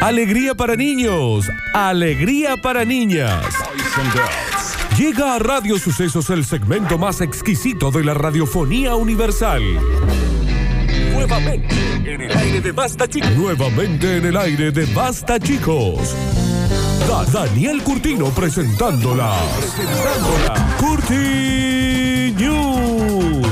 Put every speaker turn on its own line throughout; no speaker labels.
Alegría para niños, alegría para niñas. Llega a Radio Sucesos el segmento más exquisito de la radiofonía universal. Nuevamente en el aire de Basta Chicos. Nuevamente en el aire de Basta Chicos. Da- Daniel Curtino presentándola. Presentándola. Curti News.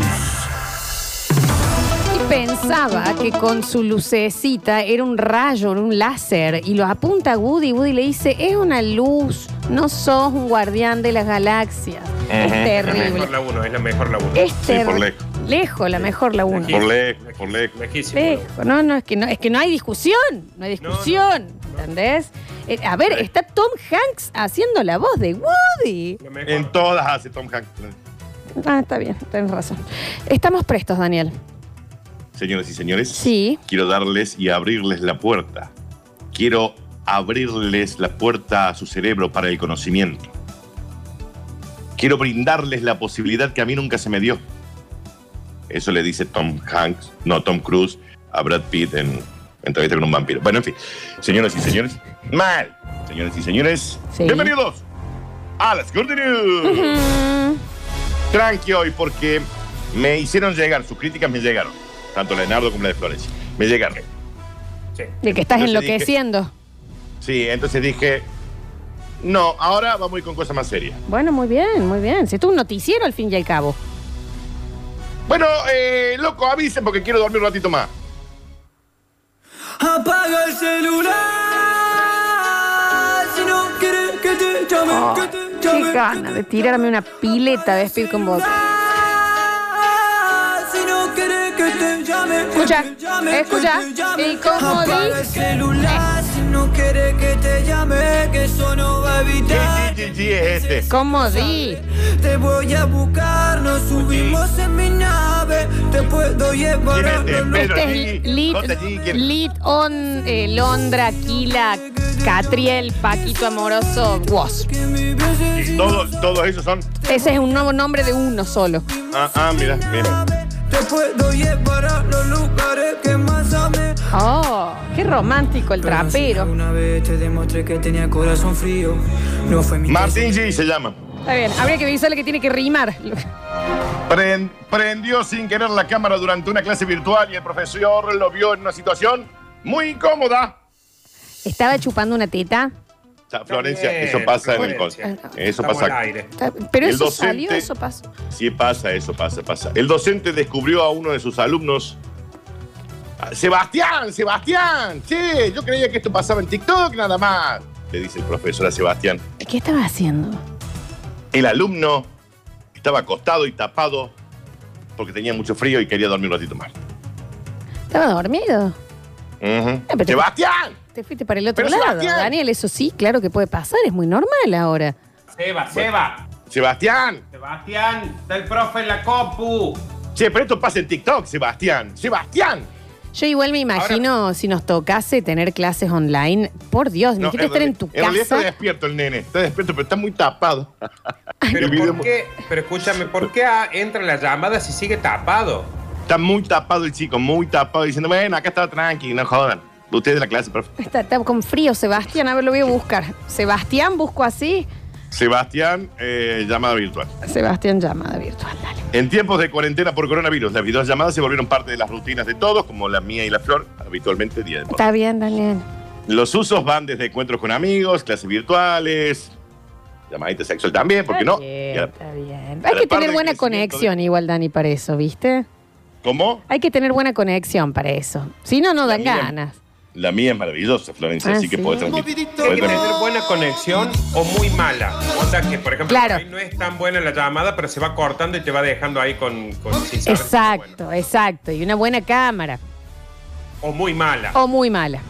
Y pensaba que con su lucecita era un rayo, era un láser, y lo apunta a Woody y Woody le dice, es una luz, no sos un guardián de las galaxias. Es
Es la
terrible.
mejor la 1, es la mejor la 1.
Es
Sí, por
terrible.
lejos.
Lejos, la mejor la uno.
Por lejos, por lejos.
Lejísimo. la uno.
Lejos. No, no, es que no, es que no hay discusión. No hay discusión. ¿Entendés? Eh, a ver, está Tom Hanks haciendo la voz de Woody.
La mejor.
En todas hace Tom Hanks.
Ah, está bien, tenés razón. Estamos prestos, Daniel.
Señoras y señores,
Sí.
quiero darles y abrirles la puerta. Quiero abrirles la puerta a su cerebro para el conocimiento. Quiero brindarles la posibilidad que a mí nunca se me dio. Eso le dice Tom Hanks, no Tom Cruise, a Brad Pitt en Entrevista con un vampiro. Bueno, en fin, señoras y señores, mal. Señoras y señores,
Sí.
bienvenidos a las Good News.
Mm,
tranqui hoy porque me hicieron llegar, sus críticas me llegaron, tanto la de Nardo como la de Florencia. Me llegaron.
Sí.
De que estás
Entonces dije-
enloqueciendo.
Sí, entonces dije, no, ahora vamos a ir con cosas más serias.
Bueno, muy bien, muy bien. Si tú un noticiero al fin y al cabo.
Bueno, eh, loco, avisen porque quiero dormir un ratito más.
Apaga el celular. Si no quieres que te llame, que te llame.
qué gana de tirarme una pileta de Speed con vos.
Si no quieres que te llame, que
Escucha,
te llame, que
escucha.
te llame.
Y como
Apaga el
dice-
celular. Si no quieres que te llame, que eso no va a
Sí,
evitar.
sí, sí, sí, es este.
¿Cómo di?
Te voy a buscar, nos subimos en mi nave. Te puedo llevar
¿Quién
a
es este?
donde
Pedro
Este es
Gigi,
Lit,
J. Gigi, ¿quién?
Lit on eh, Londra, Kila, Catriel, Paquito Amoroso, Woz.
Sí, todos, todos esos son.
Ese es un nuevo nombre de uno solo.
Ah, ah, mira, mira.
Te puedo llevar a los lugares que más amé.
Oh, qué romántico el trapero.
Una vez te demostré que tenía corazón frío. No fue mi
Martín G se llama.
Está bien, habría que avisarle que tiene que rimar.
Pren- prendió sin querer la cámara durante una clase virtual y el profesor lo vio en una situación muy incómoda.
Estaba chupando una teta.
O sea, Florencia,
Bien,
eso pasa en el
Florencia.
con- Eso
Estamos
pasa.
al aire.
Está- Pero
El
eso
docente-
salió, eso pasó.
Sí, pasa, eso pasa, pasa. El docente descubrió a uno de sus alumnos. "Ah, Sebastián, Sebastián, che, yo creía que esto pasaba en TikTok nada más, le dice el profesor a Sebastián.
¿Qué estaba haciendo?
El alumno estaba acostado y tapado porque tenía mucho frío y quería dormir un ratito más.
Estaba dormido.
Ujú.
Ah, pero te-
Sebastián,
Te fuiste para el otro
Pero,
lado,
Sebastián.
Daniel. Eso sí, claro que puede pasar. Es muy normal ahora.
Seba, Seba.
Sebastián,
Sebastián, está el profe en la compu.
che, pero esto pasa en TikTok, Sebastián, Sebastián.
Yo igual me imagino si nos tocase tener clases online. Por Dios, ni
No,
siquiera estar en
realidad-
tu
realidad está
casa.
despierto el nene, está despierto, pero está muy tapado.
Pero,
El video-
¿por qué, pero escúchame, ¿por qué ah, entra la llamada si sigue tapado?
Está muy tapado el chico, muy tapado, diciendo, bueno, acá estaba tranqui, no jodan. Ustedes de la clase, profe.
Está, está con frío, Sebastián. A ver, lo voy a buscar. Sebastián, busco así.
Sebastián, eh, llamada virtual.
Sebastián, llamada virtual, dale.
En tiempos de cuarentena por coronavirus, las videollamadas se volvieron parte de las rutinas de todos, como la mía y la flor, habitualmente día de por.
Está bien, Daniel.
Los usos van desde encuentros con amigos, clases virtuales, llamadita sexual también, ¿por qué
Está
no?
bien,
Y a-
está bien.
a
Hay
la
que
par
tener
del
buena
crecimiento
conexión
de-
igual, Dani, para eso, ¿viste?
¿Cómo?
Hay que tener buena conexión para eso. Si no, no dan
mía-
ganas.
La mía es maravillosa, Florencia,
Ah,
así que
¿sí?
puedes transmitir.
Movidito.
Tiene
podés
que
transmitir.
tener buena conexión o muy mala. Onda que, por ejemplo,
Claro.
por ahí no es tan buena la llamada, pero se va cortando y te va dejando ahí con... con sin saber si está
Exacto, exacto. Y una buena cámara.
buena. O muy mala.
O muy mala.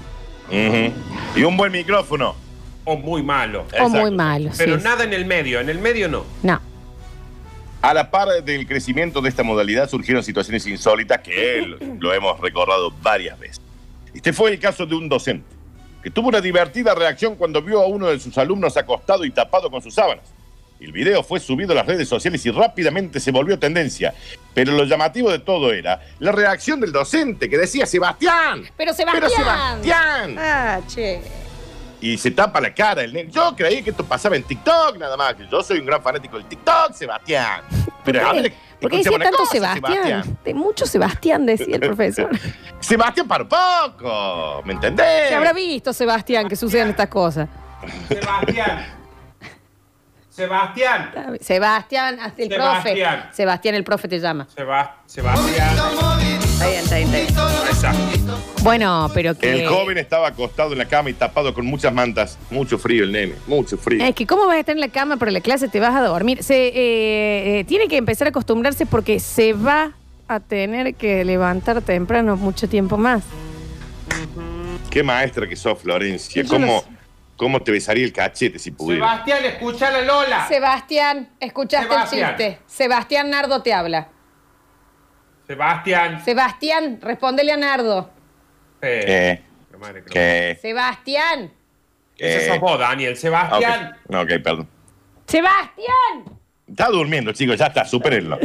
Ujú. Y un buen micrófono.
O muy malo.
O muy
Exacto.
malo.
Pero
sí.
nada en el medio. En el medio no.
No.
A la par del crecimiento de esta modalidad surgieron situaciones insólitas que lo- lo hemos recordado varias veces. Este fue el caso de un docente que tuvo una divertida reacción cuando vio a uno de sus alumnos acostado y tapado con sus sábanas. El video fue subido a las redes sociales y rápidamente se volvió tendencia. Pero lo llamativo de todo era la reacción del docente que decía, Sebastián.
Pero Sebastián.
Pero Sebastián.
Ah, che.
Y se tapa la cara el nene. Yo creí que esto pasaba en TikTok nada más. que Yo soy un gran fanático del TikTok, Sebastián. Pero a ver,
¿Por qué decía
escuchame una
tanto
cosa,
Sebastián? De mucho Sebastián decía el profesor.
Eh. Sebastián para poco, ¿me entendés?
Se habrá visto Sebastián que sucedan estas cosas.
Sebastián. Sebastián.
Sebastián, hasta el
Sebastián.
profe. Sebastián, el profe te llama.
Seba- Sebastián.
Está bien, está bien, está bien.
Ahí está.
Bueno, pero que.
El joven estaba acostado en la cama y tapado con muchas mantas. Mucho frío el nene, mucho frío.
Es que cómo vas a estar en la cama para la clase, te vas a dormir. Se, eh, eh, tiene que empezar a acostumbrarse porque se va a tener que levantar temprano mucho tiempo más.
Qué maestra que sos, Florencia.
Yo no
¿Cómo,
sé.
¿Cómo te besaría el cachete si pudiera?
Sebastián, escucha la Lola.
Sebastián, escuchaste
Ah. Sebastián.
el chiste. Sebastián Nardo te habla.
Sebastián.
Sebastián, respóndele a Nardo.
Eh,
¿Qué?
la madre que lo-
¿Qué?
Sebastián.
Ese sos vos,
Ah, eh,
Daniel.
ok.
Sebastián.
No, ok, perdón.
Sebastián.
Está durmiendo, chicos, ya está, supérenlo.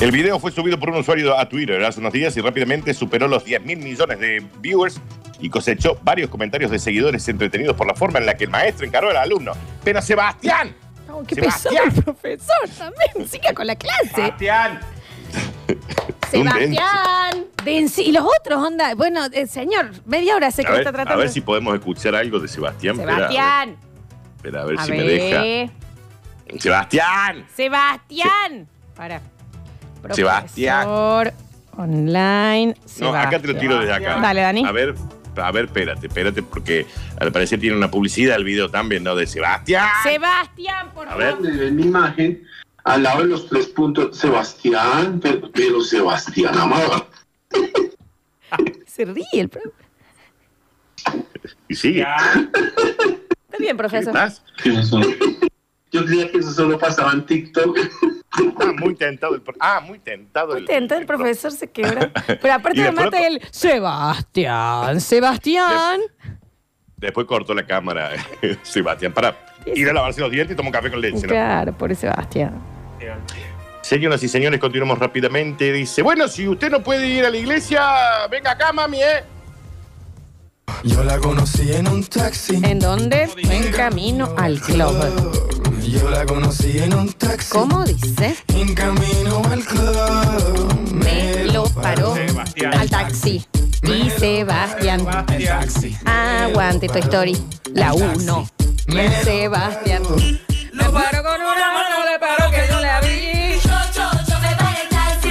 El video fue subido por un usuario a Twitter hace unos días y rápidamente superó los 10 mil millones de viewers y cosechó varios comentarios de seguidores entretenidos por la forma en la que el maestro encaró al alumno. Pero Sebastián,
No, qué pesado
Sebastián. Ah,
el profesor también. Siga con la clase.
Sebastián.
Sebastián. Densi- Y los otros, onda. Bueno, eh, señor, media hora sé que
a
me
ver,
está
a
tratando.
ver si podemos escuchar algo de Sebastián. Espera,
Sebastián.
espera, a ver
A
si
ver.
me deja. Sebastián,
Sebastián. Para.
Sebastián.
Profesor Online.
no, acá te lo tiro desde acá.
Dale, Dani.
A ver, a ver, espérate, espérate, porque al parecer tiene una publicidad el video también, ¿no? De Sebastián.
Sebastián, por
A ver.
favor.
de mi imagen al lado de los tres puntos. Sebastián, pero, pero Sebastián amaba.
Se ríe el profe.
Y sigue.
Sebastián.
Está bien,
¿Qué
profesor.
estás?
Yo creía que eso solo pasaba en TikTok.
Ah, muy tentado el pro- Ah, muy tentado el-
Contento, el profesor se quebra. Pero
Y
aparte me
después-
mata el Sebastián, Sebastián.
Después cortó la cámara, Sebastián, para ir a lavarse los dientes y tomar un café con leche. ¿no?
Claro, pobre Sebastián.
Señoras y señores, continuamos rápidamente. Dice, bueno, si usted no puede ir a la iglesia, venga acá, mami, ¿eh?
Yo la conocí en un taxi.
¿En dónde? En camino al club.
Yo la conocí en un taxi.
¿Cómo dice?
En camino al club.
Me lo paró
Sebastián.
al taxi. Y Sebastián.
Sebastián.
Ah, Aguante Toy Story. La 1. Sebastián. Lo paró con una mano, le paró que yo la vi.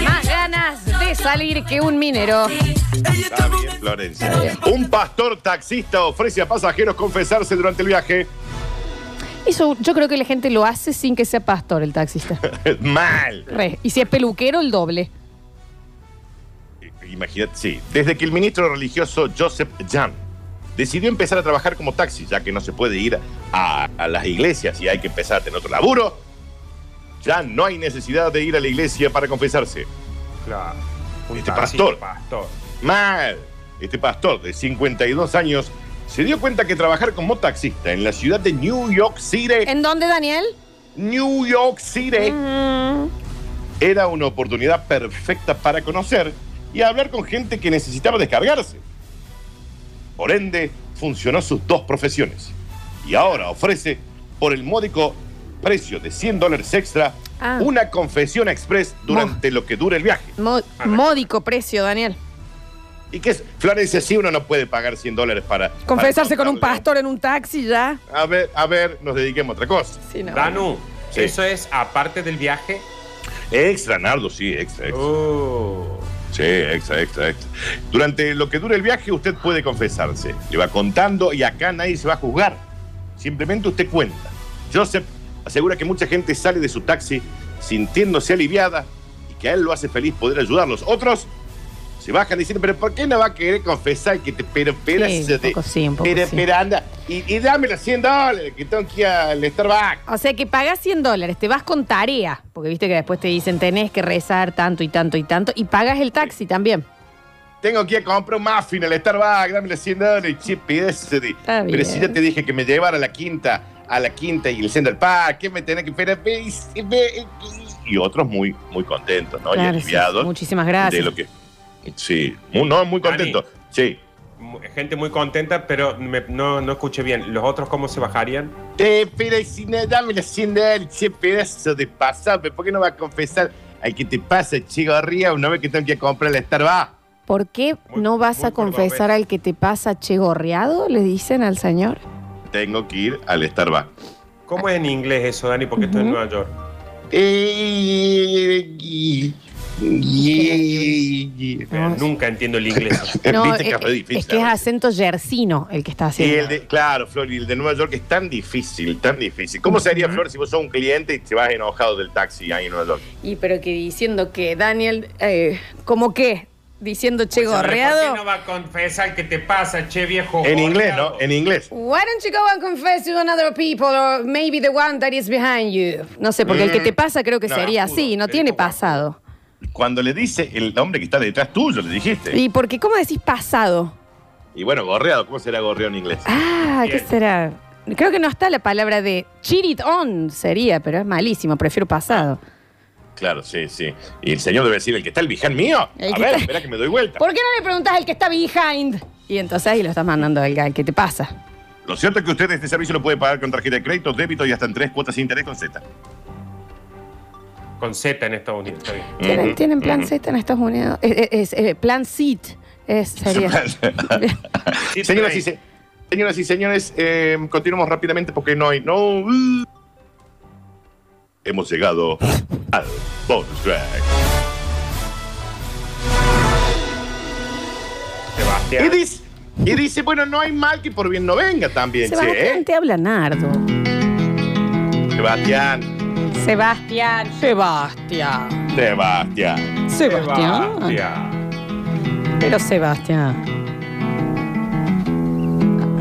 Más ganas de salir que un minero.
Está bien, Florencia. Un pastor taxista ofrece a pasajeros confesarse durante el viaje.
Eso yo creo que la gente lo hace sin que sea pastor el taxista.
Mal.
Re. Y si es peluquero, el doble.
eh, Imagínate, sí. Desde que el ministro religioso Joseph Jan decidió empezar a trabajar como taxi, ya que no se puede ir a, a las iglesias y hay que empezar a tener otro laburo, ya no hay necesidad de ir a la iglesia para confesarse.
Claro. Un
Este
taxista,
pastor.
pastor.
Mal. Este pastor de 52 años se dio cuenta que trabajar como taxista en la ciudad de New York City,
¿En dónde, Daniel?
New York City,
Mm,
era una oportunidad perfecta para conocer y hablar con gente que necesitaba descargarse. Por ende, funcionó sus dos profesiones. Y ahora ofrece, por el módico precio de 100 dólares extra,
Ah.
una confesión express durante lo que dura el viaje.
mo- módico precio, Daniel.
¿Y qué es? Florencia, sí, uno no puede pagar 100 dólares para...
Confesarse
para
con un
contarle.
pastor en un taxi ya.
A ver, a ver, nos dediquemos a otra cosa.
Sí, no.
Danu,
Sí.
eso es aparte del viaje.
Extra, Nardo, sí, extra, extra.
Oh.
Sí, extra, extra, extra. Durante lo que dure el viaje, usted puede confesarse. Le va contando y acá nadie se va a juzgar. Simplemente usted cuenta. Joseph asegura que mucha gente sale de su taxi sintiéndose aliviada y que a él lo hace feliz poder ayudarlos. Otros se bajan diciendo, pero ¿por qué no va a querer confesar que te pero, pero,
Sí,
se
un poco
te-
sí, un poco
pero,
sí.
pero, anda, y, y dame los 100 dólares que tengo que ir al Starbucks.
O sea que pagas 100 dólares, te vas con tarea, porque viste que después te dicen tenés que rezar tanto y tanto y tanto, y pagas el taxi también.
Tengo que ir a comprar un muffin al Starbucks, dame los 100 dólares, chip y ese de-
Está
Pero
bien.
si ya te dije que me llevara a la quinta, a la quinta y el Central Park, ¿qué me tenés que esperar? Ve y- ve y- y otros muy, muy contentos, ¿no?
Claro,
y
sí.
aliviados.
Muchísimas
De
gracias.
lo que. Sí, muy, no, muy contento. Sí.
Mu- Gente muy contenta, pero me- no, no escuché bien. ¿Los otros cómo se bajarían?
Te pide sin él, dame la sin él, che pedazo de pasape, ¿por qué no va a confesar? Ay, ¿qué te pasa, chico arriba? Una vez que tengo que comprar la Starbucks.
¿Por qué
Muy-
no vas
muy
a confesar
cordobés.
al que te pasa chegorreado? Le dicen al señor.
Tengo que ir al Starbucks.
¿Cómo es en inglés eso, Dani? Porque estoy en
Ujú.
Nueva York.
Eh, y- y- y-
Mira,
No,
Nunca entiendo el inglés.
No,
Viste que
eh,
es re difícil.
es que es acento yersino el que está
Y
haciendo.
el de, claro, Flor, y el de Nueva York es tan difícil, tan difícil. ¿Cómo sería, Flor, si vos sos un cliente y te vas enojado del taxi ahí en Nueva York?
Y pero que diciendo que Daniel, eh, ¿cómo qué? Diciendo che gorreado.
Pues, ¿Por qué no va a confesar que te pasa, che viejo?
En inglés,
gorreado?
¿no? En inglés.
Why don't you go and confess to another people or maybe the one that is behind you? No sé, porque el que te pasa creo que
No,
sería
Mm. agudo,
así, no
el
tiene
poco agudo.
pasado.
Cuando le dice el hombre que está detrás tuyo, le dijiste.
Y porque, ¿cómo decís pasado?
Y bueno, gorreado, ¿cómo será gorreo en inglés?
Ah, ¿qué
Bien.
será? Creo que no está la palabra de cheat it on sería, pero es malísimo, prefiero pasado.
Ah,
Claro, sí, sí. Y el señor debe decir, el que está el biján mío.
El
A
que
ver,
está-
espera que me doy vuelta.
¿Por qué no le preguntas al que está behind? Y entonces ahí lo estás mandando al al que te pasa.
Lo cierto es que usted este servicio lo puede pagar con tarjeta de crédito, débito y hasta en tres cuotas sin interés con Z.
Con Z en Estados Unidos, está bien.
¿Tienen,
Ujú,
tienen plan
ujú.
Z en Estados Unidos? Eh, eh, es, eh, plan SIT es, sería.
¿eh?
Sí,
Señoras
sí.
y, se- señoras y señores, eh, continuamos rápidamente porque no hay. No. uh. Hemos llegado al bonus track. Y
Sebastián.
dice, y dice, bueno, no hay mal que por bien no venga también, che,
Sebastián
¿eh?
te habla Nardo.
Sebastián,
Sebastián. Sebastián.
Sebastián.
Sebastián.
Sebastián.
Pero Sebastián.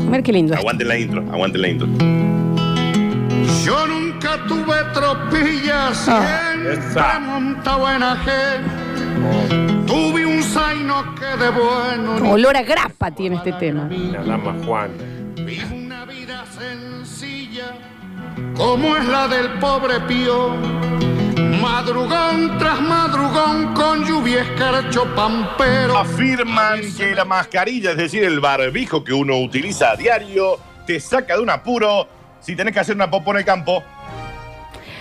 Mira qué lindo.
Aguanten la intro, aguanten la intro.
Yo nunca tuve tropillas,
Ah.
siempre monta buena gente. Tuve un zaino que de bueno ni
Olor a grapa tiene este tema.
La dama Juan.
Vivo una vida sencilla, como es la del pobre pío. Madrugón tras madrugón, con lluvia escarcho pampero.
Afirman que la mascarilla, es decir, el barbijo que uno utiliza a diario, te saca de un apuro si tenés que hacer una popó en el campo.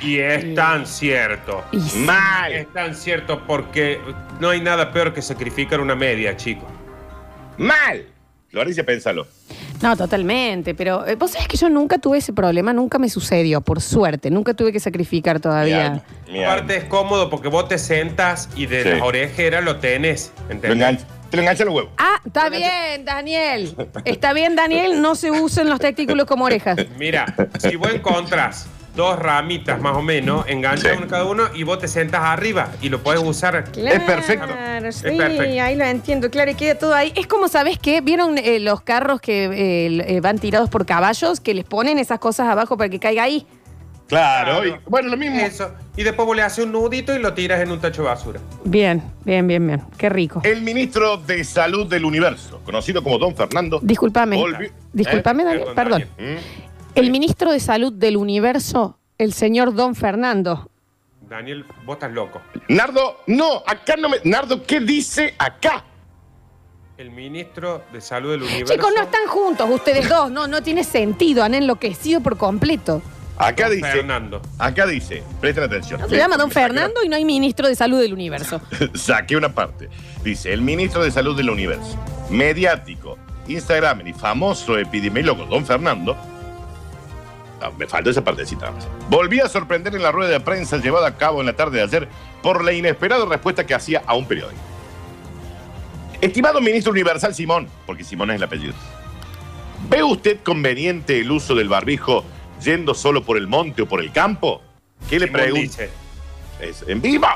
Y es tan cierto.
Y sí.
Mal,
Es tan cierto porque no hay nada peor que sacrificar una media, chico.
mal. Florencia, pensalo.
No, totalmente. Pero eh, vos sabés que yo nunca tuve ese problema, nunca me sucedió, por suerte. Nunca tuve que sacrificar todavía.
Mi alma, mi
Aparte es cómodo porque vos te sentas y de
Sí.
las orejeras lo tenés.
Te lo
¿Entendés?
engancha, te lo engancha los huevos.
Ah, está bien, Daniel. Está bien, Daniel. No se usen los testículos como orejas.
Mira, si vos encontrás dos ramitas más o menos, enganchas
Sí.
uno cada uno y vos te sentas arriba y lo podés usar.
Es perfecto.
Claro, sí,
Es perfecto.
ahí lo entiendo, claro, y queda todo ahí. Es como, ¿sabes qué? ¿Vieron eh, los carros que eh, l- eh, van tirados por caballos que les ponen esas cosas abajo para que caiga ahí?
Claro,
Claro.
y- bueno, lo mismo.
Eso. Y después vos le haces un nudito y lo tiras en un tacho de basura.
Bien, bien, bien, bien. Qué rico.
El ministro de Salud del Universo, conocido como Don Fernando.
Disculpame.
Volvi-
Disculpame,
¿Eh?
Daniel.
Perdón,
Perdón.
Daniel.
¿Mm?
El ministro de Salud del Universo, el señor Don Fernando.
Daniel, vos estás loco.
Nardo, no, acá no me. Nardo, ¿qué dice acá?
El ministro de Salud del Universo.
Chicos, no están juntos ustedes dos. No, no tiene sentido. Han enloquecido por completo.
Acá
Don
dice.
Fernando.
Acá dice, presten atención.
No se llama Don
Me saqué una-
Fernando y no hay ministro de Salud del Universo.
Saqué una parte. Dice, el ministro de Salud del Universo, mediático, Instagram y famoso epidemiólogo Don Fernando. Ah, me falta esa partecita. nada más. Volvió a sorprender en la rueda de prensa llevada a cabo en la tarde de ayer por la inesperada respuesta que hacía a un periódico. Estimado ministro universal Simón, porque Simón es el apellido, ¿ve usted conveniente el uso del barbijo yendo solo por el monte o por el campo? ¿Qué le
Simón
pregunta?
dice,
Es en vivo.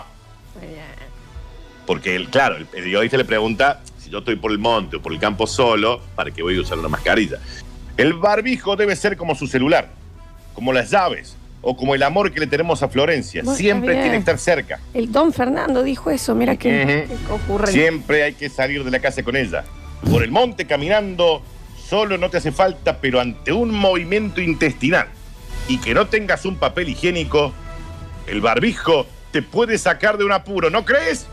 Porque, el, claro, el periodista le pregunta si yo estoy por el monte o por el campo solo, ¿para qué voy a usar una mascarilla? El barbijo debe ser como su celular, como las llaves o como el amor que le tenemos a Florencia.
Bueno, está
Siempre
bien.
tiene que estar cerca.
El Don Fernando dijo eso. Mira qué,
Ujú.
qué ocurre.
Siempre hay que salir de la casa con ella. Por el monte caminando, solo no te hace falta, pero ante un movimiento intestinal y que no tengas un papel higiénico, el barbijo te puede sacar de un apuro, ¿no crees?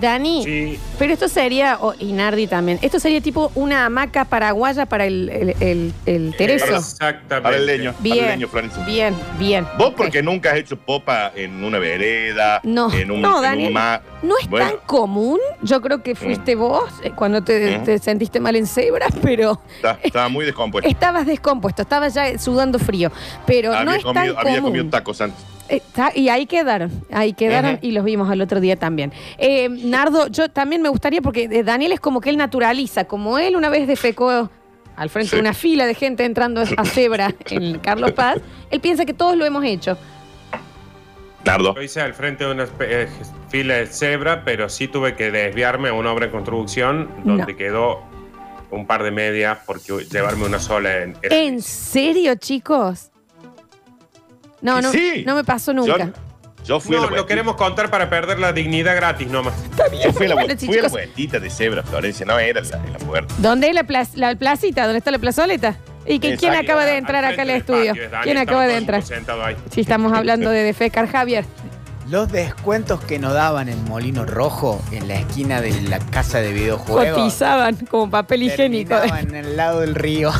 Dani,
Sí.
pero esto sería, o y Nardi también, esto sería tipo una hamaca paraguaya para el, el, el-
Eh,
el Tereso.
Exactamente.
Para el leño, para el
Bien,
leño, Florencia.
bien, bien.
Vos
Ok.
porque nunca has hecho popa en una vereda,
No,
en un,
no,
en
Daniel.
un ma-
No es
Bueno.
tan común, yo creo que fuiste vos eh, cuando te,
Mm.
te sentiste mal en cebra, pero
Está- estaba muy descompuesto.
estabas descompuesto, estabas ya sudando frío, pero no
había,
es
comido,
tan
había
común.
comido tacos antes.
Está- y ahí quedaron, ahí quedaron
Ajá.
y los vimos al otro día también. Eh, Nardo, yo también me gustaría, porque eh, Daniel es como que él naturaliza, como él una vez defecó al frente de
Sí.
una fila de gente entrando a cebra en Carlos Paz, él piensa que todos lo hemos hecho.
Nardo.
Lo hice al frente de una eh, fila de cebra, pero sí tuve que desviarme a una obra en construcción donde
No.
quedó un par de medias porque llevarme una sola en. era
¿En serio, chicos? No,
Y
no,
sí.
no me pasó nunca.
Yo, yo fui a
No,
la
lo
vueltita-
queremos contar para perder la dignidad gratis nomás.
yo fui a la,
Bueno,
vuel-
sí,
fui a la
chicos.
vueltita de cebra, Florencia, no era la, la puerta.
¿Dónde es la, plaza- la placita? ¿Dónde está la plazoleta? ¿Y que,
Exacto.
quién acaba de
Al
entrar acá al
frente del
estudio?
patio, Dani,
¿Quién
estaba
acaba de
todo el mundo
entrar?
sentado ahí.
Si estamos hablando de Defecar, Javier.
Los descuentos que nos daban en Molino Rojo, en la esquina de la casa de videojuegos,
Cotizaban como papel higiénico.
terminaban en el lado del río.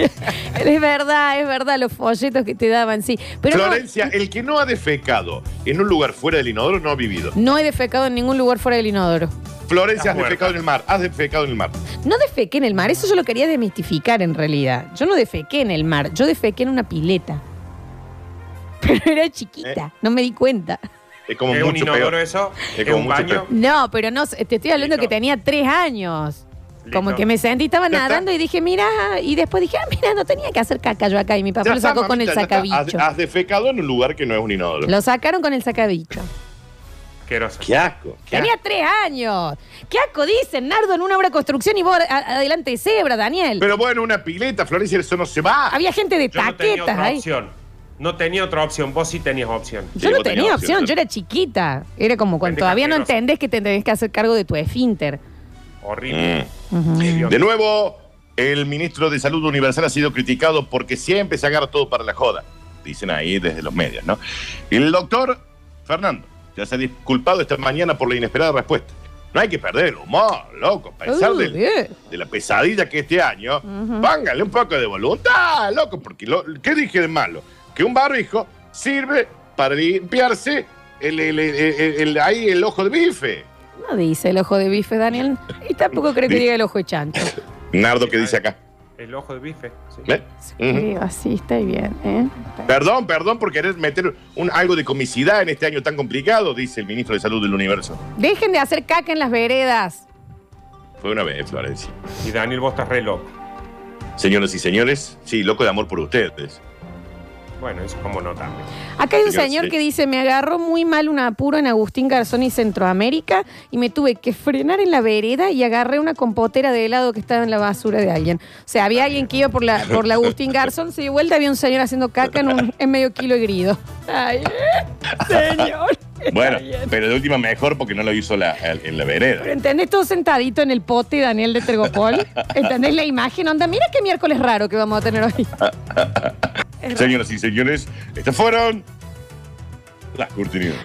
es verdad, es verdad, los folletos que te daban, sí. Pero no-
Florencia, el que no ha defecado en un lugar fuera del inodoro no ha vivido.
no, he defecado en ningún lugar fuera del inodoro.
Florencia,
Está
has
muerta.
defecado en el mar, has defecado en el mar.
No defequé en el mar, eso yo lo quería desmistificar en realidad. Yo no defequé en el mar, yo defequé en una pileta. Pero era chiquita,
Eh.
no me di cuenta.
Es como
¿Es un
mucho
inodoro
peor.
eso?
Es
¿Es,
como
un
mucho
baño?
No, pero no, te estoy hablando
Listo.
que tenía tres años. Como
Listo.
que me sentí, estaba
Ya está.
nadando y dije, mira, y después dije, ah, mira, no tenía que hacer caca yo acá. Y mi papá
Ya
lo
está,
sacó con el
mamita, ya está. Ah, Has-
sacabicho.
Has, defecado en un lugar que no es un inodoro.
Lo sacaron con el sacabicho.
Asqueroso.
Qué asco. qué
Tenía
asco.
tres años. ¿Qué asco dicen, Nardo, en una obra de construcción y vos a- adelante de cebra, Daniel?
Pero bueno, una pileta, Florencia, eso no se va.
Había gente de
Yo no tenía
taquetas
otra
ahí.
opción. No tenía otra opción. Vos sí tenías opción.
Yo
Sí,
no
vos
tenía
tenías
opción,
opción,
yo era chiquita. Era como cuando
Pendeja
todavía no
asquerosa.
entendés que te tenés que hacer cargo de tu esfínter.
Horrible.
Mm. De nuevo, el ministro de Salud Universal ha sido criticado porque siempre se agarra todo para la joda, dicen ahí desde los medios, ¿no? El doctor Fernando ya se ha disculpado esta mañana por la inesperada respuesta. No hay que perder el humor, loco, a pesar
Uh,
del-
bien.
de la pesadilla que este año, póngale un poco de voluntad, loco, porque lo, ¿qué dije de malo? Que un barbijo sirve para limpiarse el, el- el- el- el- ahí el ojo de bife.
No dice el ojo de bife, Daniel. Y tampoco creo que
Dice-
diga el ojo de chancho.
Nardo, que dice acá?
El ojo de bife. sí.
¿Eh? Ujú.
Digo, así está bien, ¿eh?
Perdón, perdón por querer meter un, algo de comicidad en este año tan complicado, dice el ministro de Salud del Universo.
Dejen de hacer caca en las veredas.
Fue una vez, Florencia.
Y Daniel, vos estás re loco.
Señoras y señores, sí, loco de amor por ustedes.
Bueno, eso como no también.
Acá hay un
Señor,
señor
sí.
que dice, me agarró muy mal un apuro en Agustín Garzón y Centroamérica y me tuve que frenar en la vereda y agarré una compotera de helado que estaba en la basura de alguien. O sea, había alguien que iba por la, por la Agustín Garzón, se dio vuelta, había un señor haciendo caca en, un- en medio kilo de grido. Ay, señor. está
Bueno,
bien.
pero de última mejor porque no lo hizo la- el- en la
Pero
vereda.
¿entendés todo sentadito en el pote, Daniel de Tergopol? ¿Entendés la imagen? Onda, mira qué miércoles raro que vamos a tener hoy.
Señoras y señores, estas fueron las cortinas.